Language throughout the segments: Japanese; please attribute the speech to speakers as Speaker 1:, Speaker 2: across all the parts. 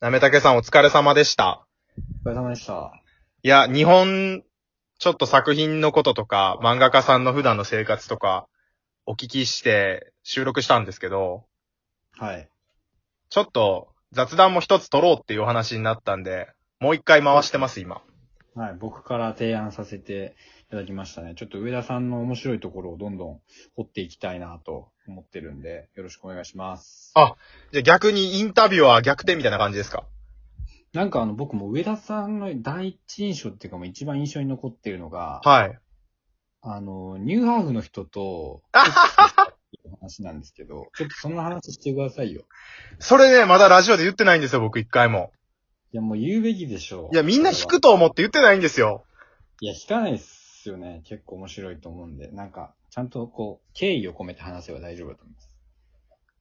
Speaker 1: なめたけさんお疲れ様でした。
Speaker 2: お疲れ様でした。
Speaker 1: いや、日本、ちょっと作品のこととか、漫画家さんの普段の生活とか、お聞きして収録したんですけど、
Speaker 2: はい。
Speaker 1: ちょっと雑談も一つ取ろうっていうお話になったんで、もう一回回してます、今。
Speaker 2: はい。僕から提案させていただきましたね。ちょっと上田さんの面白いところをどんどん掘っていきたいなと思ってるんで、よろしくお願いします。
Speaker 1: あじゃあ逆にインタビュアーは逆転みたいな感じですか
Speaker 2: なんかあの、僕も上田さんの第一印象っていうかもう一番印象に残ってるのが、
Speaker 1: はい。
Speaker 2: あの、ニューハーフの人と、話なんですけど、ちょっとそんな話してくださいよ。
Speaker 1: それね、まだラジオで言ってないんですよ、僕一回も。
Speaker 2: いや、もう言うべきでしょう。
Speaker 1: いや、みんな
Speaker 2: それ
Speaker 1: 引
Speaker 2: は
Speaker 1: くと思って言ってないんですよ。
Speaker 2: いや、引かないっすよね。結構面白いと思うんで、なんか、ちゃんとこう、敬意を込めて話せば大丈夫だと思います。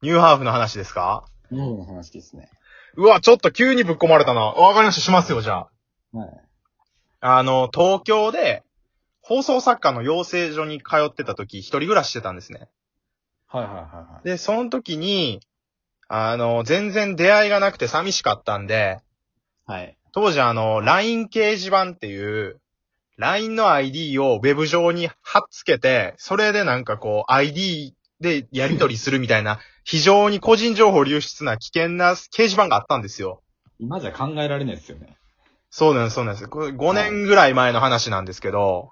Speaker 1: ニューハーフの話ですか
Speaker 2: ニューハーフの話ですね。
Speaker 1: うわ、ちょっと急にぶっ込まれたな。わかりました、しますよ、じゃあ。
Speaker 2: はい。
Speaker 1: あの、東京で、放送作家の養成所に通ってた時、一人暮らししてたんですね。
Speaker 2: はいはいはいはい。
Speaker 1: で、その時に、あの、全然出会いがなくて寂しかったんで、
Speaker 2: はい。
Speaker 1: 当時あの、LINE 掲示板っていう、LINE の ID をウェブ上に貼っつけて、それでなんかこう、ID でやり取りするみたいな、非常に個人情報流出な危険な掲示板があったんですよ。
Speaker 2: 今じゃ考えられないですよね。
Speaker 1: そうなんです、そうなんです。これ5年ぐらい前の話なんですけど、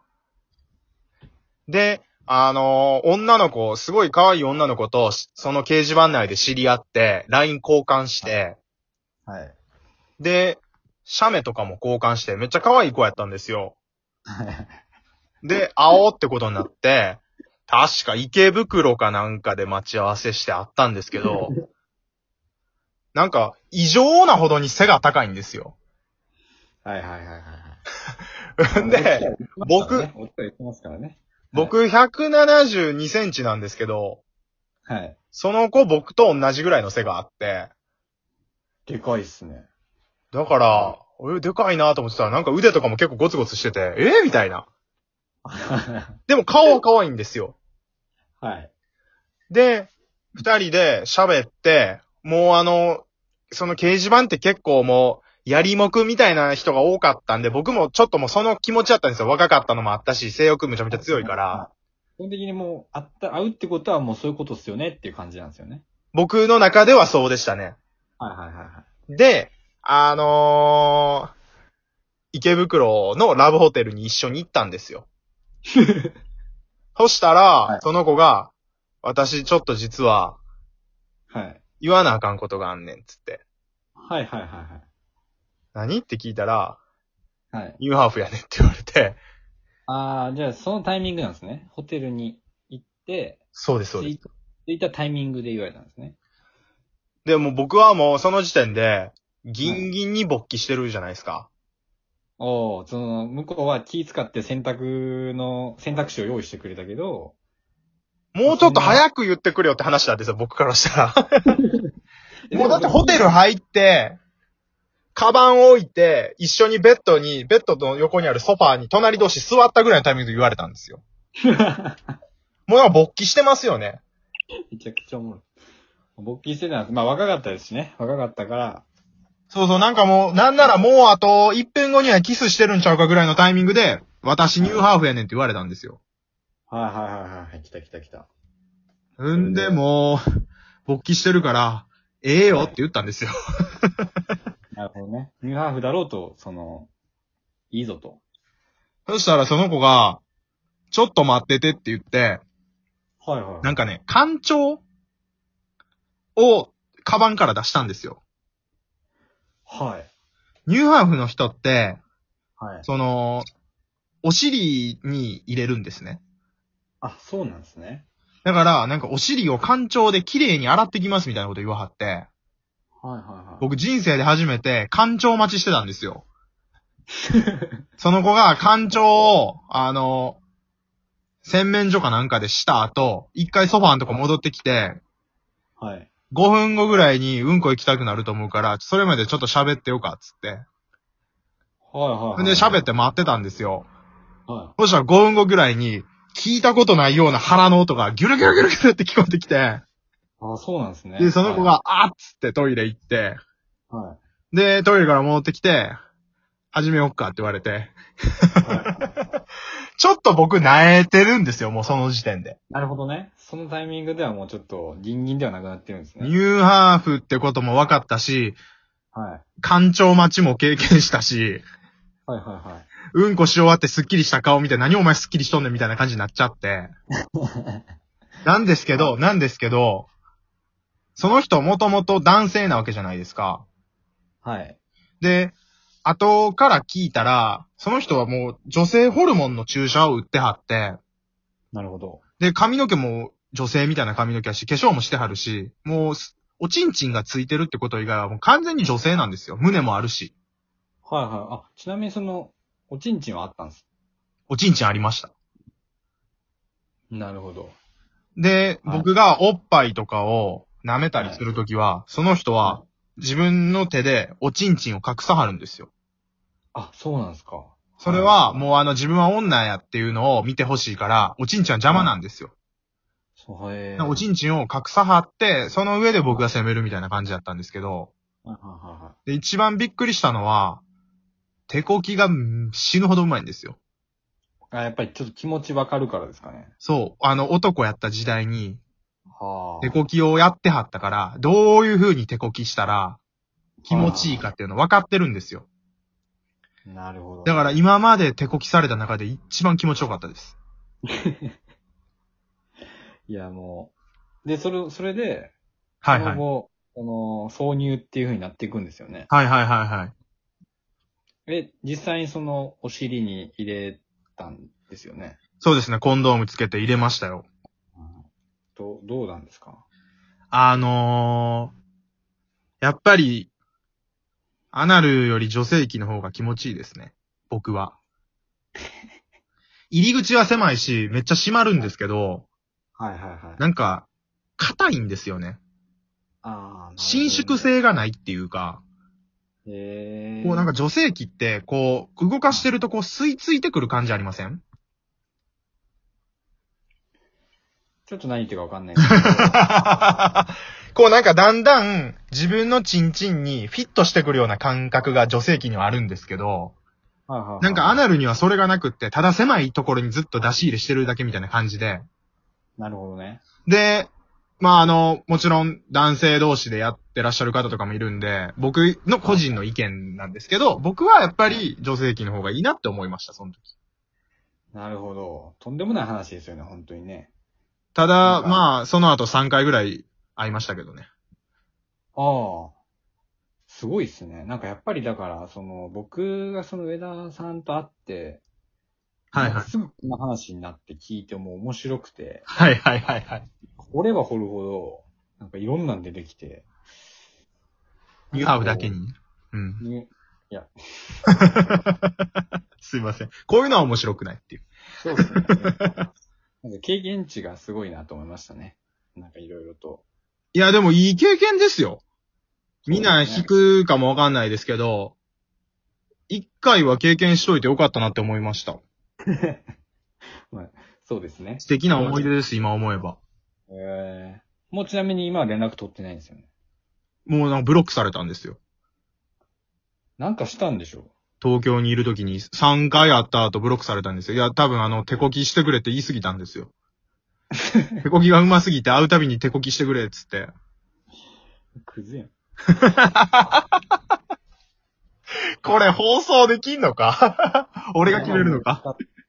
Speaker 1: で、あのー女の子、すごい可愛い女の子と、しその掲示板内で知り合って、LINE 交換して、
Speaker 2: はい。
Speaker 1: で、写メとかも交換して、めっちゃ可愛い子やったんですよ。で、会おうってことになって、確か池袋かなんかで待ち合わせして会ったんですけど、なんか、異常なほどに背が高いんですよ。
Speaker 2: はいはいはいはいはい。
Speaker 1: で、、僕
Speaker 2: お伝えしてますからね。
Speaker 1: 僕172センチなんですけど、
Speaker 2: はい。
Speaker 1: その子僕と同じぐらいの背があって、
Speaker 2: でかいっすね。
Speaker 1: だから、え、でかいなと思ってたら、なんか腕とかも結構ゴツゴツしてて、えみたいな。
Speaker 2: は
Speaker 1: でも顔は可愛いんですよ。
Speaker 2: い。
Speaker 1: で、二人で喋って、もうあの、その掲示板って結構もう、やりもくみたいな人が多かったんで、僕もちょっともうその気持ちだったんですよ。若かったのもあったし、性欲むちゃめちゃ強いから、。
Speaker 2: 基本的にもう、あった、会うってことはもうそういうことっすよねっていう感じなんですよね。
Speaker 1: 僕の中ではそうでしたね。
Speaker 2: はいはいはいはい。
Speaker 1: で、あのー池袋のラブホテルに一緒に行ったんです よ。そしたら、
Speaker 2: はい
Speaker 1: その子が、私ちょっと実は
Speaker 2: はい。
Speaker 1: 言わなあかんことがあんねんっつって。
Speaker 2: はいはいは
Speaker 1: 何って聞いたら、
Speaker 2: いはい。はい。
Speaker 1: ニューハーフやねんって言われて、
Speaker 2: あー、じゃあそのタイミングなんですね。ホテルに行って、
Speaker 1: そうです、そう
Speaker 2: 着
Speaker 1: です。
Speaker 2: い着いたタイミングで言われたんですね。
Speaker 1: でも僕はもうその時点で、ギンギンに勃起してるじゃないですか。
Speaker 2: おお、その、向こうは気使って選択の、選択肢を用意してくれたけど、
Speaker 1: もうちょっと早く言ってくれよって話なんですよ、僕からしたら。もうだってホテ
Speaker 2: ル
Speaker 1: ル入って、カバン置いて、一緒にベッドに、ベッドの横にあるソファーに隣同士座ったぐらいのタイミングで言われたんですよ。もうなんか勃起してますよね。
Speaker 2: めちゃくちゃおもろい。勃起してたんです。まあ若かったですしね。若かったから、
Speaker 1: そうそう、なんかもう、なんならもうあと1分後にはキスしてるんちゃうかぐらいのタイミングで、私ニューハーフやねんって言われたんですよ。
Speaker 2: はいはいはいはい、来た来た来た。
Speaker 1: んで、もう、勃起してるから、ええよって言ったんですよ。
Speaker 2: なるほどね。ニューハーフだろうと、その、いいぞと。
Speaker 1: そしたらその子が、ちょっと待っててって言って、
Speaker 2: はいはい。
Speaker 1: なんかね、干潮をカバンから出したんですよ。
Speaker 2: はい。
Speaker 1: ニューハーフの人って、
Speaker 2: はい。
Speaker 1: その、お尻に入れるんですね。
Speaker 2: あ、そうなんですね。
Speaker 1: だから、なんかお尻を干潮で綺麗に洗ってきますみたいなこと言わはって、
Speaker 2: はいはいはい。
Speaker 1: 僕人生で初めて干潮待ちしてたんですよ。その子が干潮を、あの、洗面所かなんかでした後、一回ソファーのとこ戻ってきて、
Speaker 2: はい。
Speaker 1: 5分後ぐらいにうんこ行きたくなると思うから、それまでちょっと喋ってよか、つって。
Speaker 2: はいはい、は
Speaker 1: ほ
Speaker 2: い。
Speaker 1: んで喋って待ってたんですよ。
Speaker 2: は
Speaker 1: そしたら5分後ぐらいに、聞いたことないような腹の音がギュルギュルギュルギュルって聞こえてきて、
Speaker 2: い。あ、そうなんですね。
Speaker 1: で、その子が、あっつってトイレ行って、
Speaker 2: はい。はい。
Speaker 1: で、トイレから戻ってきて、始めよっかって言われて。
Speaker 2: は
Speaker 1: ちょっと僕、萎えてるんですよ、もうその時点で。
Speaker 2: いな るほどね。そのタイミングではもうちょっと、ギンギンではなくなってるんです
Speaker 1: ニ
Speaker 2: ね。
Speaker 1: ューハーフってことも分かったし、
Speaker 2: はい。
Speaker 1: 干潮待ちも経験したし、
Speaker 2: はいはいはい。
Speaker 1: うんこし終わってスッキリした顔見て、何お前スッキリしとんねんみたいな感じになっちゃって。なんですけど、なんですけど、その人もともと男性なわけじゃないですか。
Speaker 2: はい。
Speaker 1: で、後から聞いたら、その人はもう女性ホルモンの注射を打ってはって、
Speaker 2: なるほど。
Speaker 1: で、髪の毛も女性みたいな髪の毛やし、化粧もしてはるし、もうす、おちんちんがついてるってこと以外はもう完全に女性なんですよ。胸もあるし。
Speaker 2: はいはい。あ、ちなみにその、おちんちんはあったんです。
Speaker 1: おちんちんありました。
Speaker 2: なるほど。
Speaker 1: で、
Speaker 2: はい
Speaker 1: 僕がおっぱいとかを舐めたりするときは、その人は自分の手でおちんちんを隠さはるんですよ。
Speaker 2: あ、そうなんですか。
Speaker 1: それはもうあの自分は女やっていうのを見てほしいから、おちんちんは邪魔なんですよ。
Speaker 2: そう、
Speaker 1: だ
Speaker 2: へえ。
Speaker 1: からおち
Speaker 2: ん
Speaker 1: んちんを隠さはって、その上で僕が攻めるみたいな感じだったんですけど、
Speaker 2: はいはいはいはい。
Speaker 1: で、一番びっくりしたのは、手こきがうん死ぬほどうまいんですよ。
Speaker 2: あ、やっぱりちょっと気持ちわかるからですかね。
Speaker 1: そう。あの、男やった時代に、
Speaker 2: はあ。
Speaker 1: 手こきをやってはったから、どういう風に手こきしたら、気持ちいいかっていうの分かってるんですよ。
Speaker 2: なるほど。
Speaker 1: だから、今まで手こきされた中で一番気持ちよかったです。
Speaker 2: いやもう。で、それ、それで、
Speaker 1: はいはい
Speaker 2: その。後、その、挿入っていう風になっていくんですよね。
Speaker 1: はいはいはいはい。
Speaker 2: え、実際にその、お尻に入れたんですよね。
Speaker 1: そうですね、コンドームつけて入れましたよ。
Speaker 2: どう、どうなんですか
Speaker 1: あのー、やっぱり、アナルより女性器の方が気持ちいいですね。僕は。入り口は狭いし、めっちゃ閉まるんですけど、
Speaker 2: はいはいはい。
Speaker 1: なんか、硬いんですよね。
Speaker 2: ああ、
Speaker 1: 伸縮性がないっていうか、
Speaker 2: へえ。
Speaker 1: こうなんか、女性器って、こう、動かしてるとこう吸い付いてくる感じありません
Speaker 2: ちょっと何言ってるかわかんないけど。
Speaker 1: こうなんかだんだん自分のチンチンにフィットしてくるような感覚が女性器にはあるんですけど、
Speaker 2: はいはいはい
Speaker 1: なんかアナルにはそれがなくって、ただ狭いところにずっと出し入れしてるだけみたいな感じで。
Speaker 2: なるほどね。
Speaker 1: で、まああの、もちろん男性同士でやってらっしゃる方とかもいるんで、僕の個人の意見なんですけど、僕はやっぱり女性器の方がいいなって思いました、その時。
Speaker 2: なるほど。とんでもない話ですよね、本当にね。
Speaker 1: た
Speaker 2: な
Speaker 1: だ
Speaker 2: ん、か
Speaker 1: まあ、その後3回ぐらい会いましたけどね。
Speaker 2: ああ。すごいっすね。なんかやっぱりだから、その、僕がその上田さんと会って、
Speaker 1: はい
Speaker 2: なん
Speaker 1: はい
Speaker 2: か。すぐこんな話になって聞いても面白くて、
Speaker 1: はいはいはいはい。
Speaker 2: 掘れば掘るほど、なんかいろんなん出てきて。
Speaker 1: ニューハーフだけに。うん。
Speaker 2: ね。いや、
Speaker 1: すいません。こういうのは面白くないっていう。
Speaker 2: そうですね。なんか経験値がすごいなと思いましたね。なんかいろいろと。
Speaker 1: いや、でもいい経験ですよ。みんな
Speaker 2: そうですね
Speaker 1: 引くかもわかんないですけど、一回は経験しといてよかったなって思いました。
Speaker 2: そうですね。
Speaker 1: 素敵な思い出です、今思えば。
Speaker 2: えー、もうちなみに今は連絡取ってないんですよね。
Speaker 1: もうなんかブロックされたんですよ。
Speaker 2: なんかしたんでしょう
Speaker 1: 東京にいる時に3回会った後ブロックされたんですよ。いや、多分あの、手こきしてくれって言い過ぎたんですよ。手こきがうますぎて会うたびに手こきしてくれっつって。
Speaker 2: クズやん。
Speaker 1: これ放送できんのか 俺が決めるのか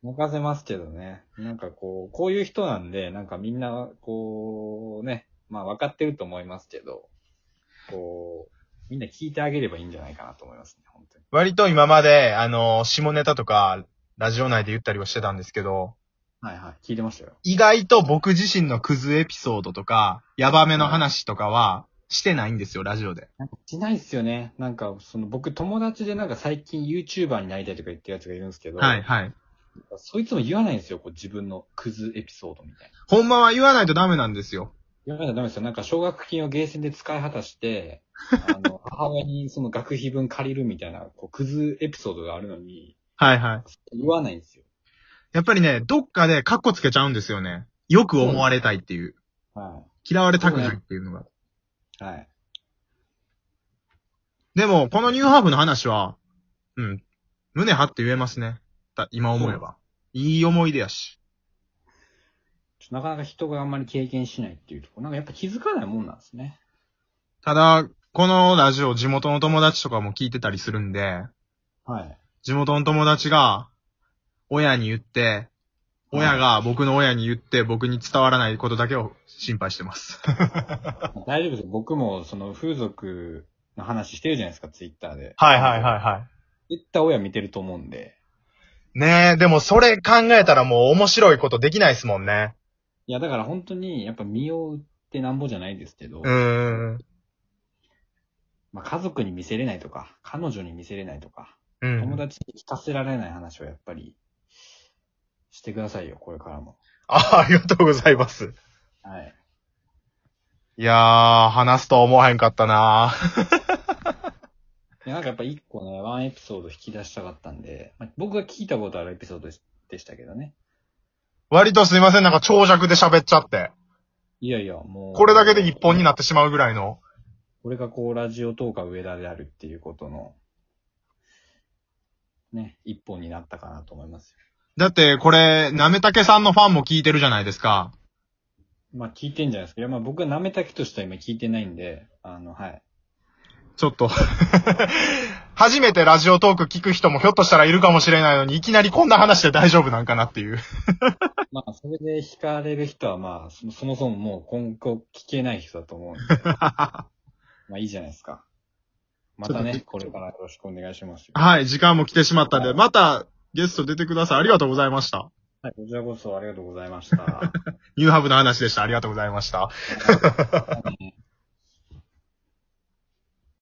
Speaker 2: 任せますけどね。なんかこう、こういう人なんで、なんかみんな、こうね、まあ分かってると思いますけど、こう、みんな聞いてあげればいいんじゃないかなと思いますね、本当に。
Speaker 1: 割と今まで、あの、下ネタとか、ラジオ内で言ったりはしてたんですけど、
Speaker 2: はいはい、聞いてましたよ。
Speaker 1: 意外と僕自身のクズエピソードとか、ヤバめの話とかは、してないんですよ、ラジオで。
Speaker 2: なんかしないっすよね。なんか、その僕友達でなんか最近 YouTuber になりたいとか言ってるやつがいるんですけど、
Speaker 1: はい、はい。
Speaker 2: そいつも言わないんですよ、こう自分のクズエピソードみたいな。
Speaker 1: ほんまは言わないとダメなんですよ。
Speaker 2: 言わないとダメですよ。なんか奨学金をゲーセンで使い果たして、あ の、母親にその学費分借りるみたいな、こう、クズエピソードがあるのに、
Speaker 1: はいはい。
Speaker 2: 言わないんですよ。
Speaker 1: やっぱりね、どっかでカッコつけちゃうんですよね。よく思われたいっていう。
Speaker 2: は
Speaker 1: 嫌われたくないっていうのが。
Speaker 2: い。はい。
Speaker 1: でも、このニューハーフの話は、うん、胸張って言えますね。だ今思えば。いい思い出やし。
Speaker 2: ちょっとなかなか人があんまり経験しないっていうところ。なんかやっぱ気づかないもんなんですね。
Speaker 1: ただ、このラジオ、地元の友達とかも聞いてたりするんで、
Speaker 2: はい。
Speaker 1: 地元の友達が、親に言って、親が僕の親に言って僕に伝わらないことだけを心配してます。
Speaker 2: 大丈夫ですよ。僕もその風俗の話してるじゃないですか、ツイッターで。
Speaker 1: はいはいはいは
Speaker 2: ツイッター親見てると思うんで。
Speaker 1: い。 ねえ、でもそれ考えたらもう面白いことできないですもんね。
Speaker 2: いや、だから本当に、やっぱ身を売ってなんぼじゃないですけど、
Speaker 1: うーん。
Speaker 2: まあ家族に見せれないとか、彼女に見せれないとか、
Speaker 1: う
Speaker 2: 友
Speaker 1: ん。
Speaker 2: 達に聞かせられない話はやっぱり、してくださいよ、これからも。
Speaker 1: あ、ありがとうございます。
Speaker 2: はい。
Speaker 1: いやー、話すと思わへんかったなー
Speaker 2: いやなんかやっぱ一個ね、ワンエピソード引き出したかったんで、まあ僕が聞いたことあるエピソードでしたけどね。
Speaker 1: 割とすいません、なんか長尺で喋っちゃって。
Speaker 2: いやいや、もう。
Speaker 1: これだけで一本になってしまうぐらいの。
Speaker 2: これがこう、ラジオトーカー上田であるっていうことの、ね、一本になったかなと思いますよ。
Speaker 1: だって、これ、なめたけさんのファンも聞いてるじゃないですか。
Speaker 2: まあ聞いてんじゃないですか。いや、まあ僕は舐めたきとしては今聞いてないんで、あの、はい。
Speaker 1: ちょっと。 初めてラジオトーク聞く人もひょっとしたらいるかもしれないのに、いきなりこんな話で大丈夫なんかなっていう。
Speaker 2: まあ、それで惹かれる人は、まあ、そそもそももう今後聞けない人だと 思うんで。まあいいじゃないですか。また
Speaker 1: ちょ
Speaker 2: ね
Speaker 1: っ、と
Speaker 2: これからよろしくお願いしますよ。
Speaker 1: はい、時間も来てしまったんで、またゲスト出てください。ありがとうございました。
Speaker 2: はい、こちらこそありがとうございました。
Speaker 1: ニューハブの話でした。ありがとうございました。
Speaker 2: はい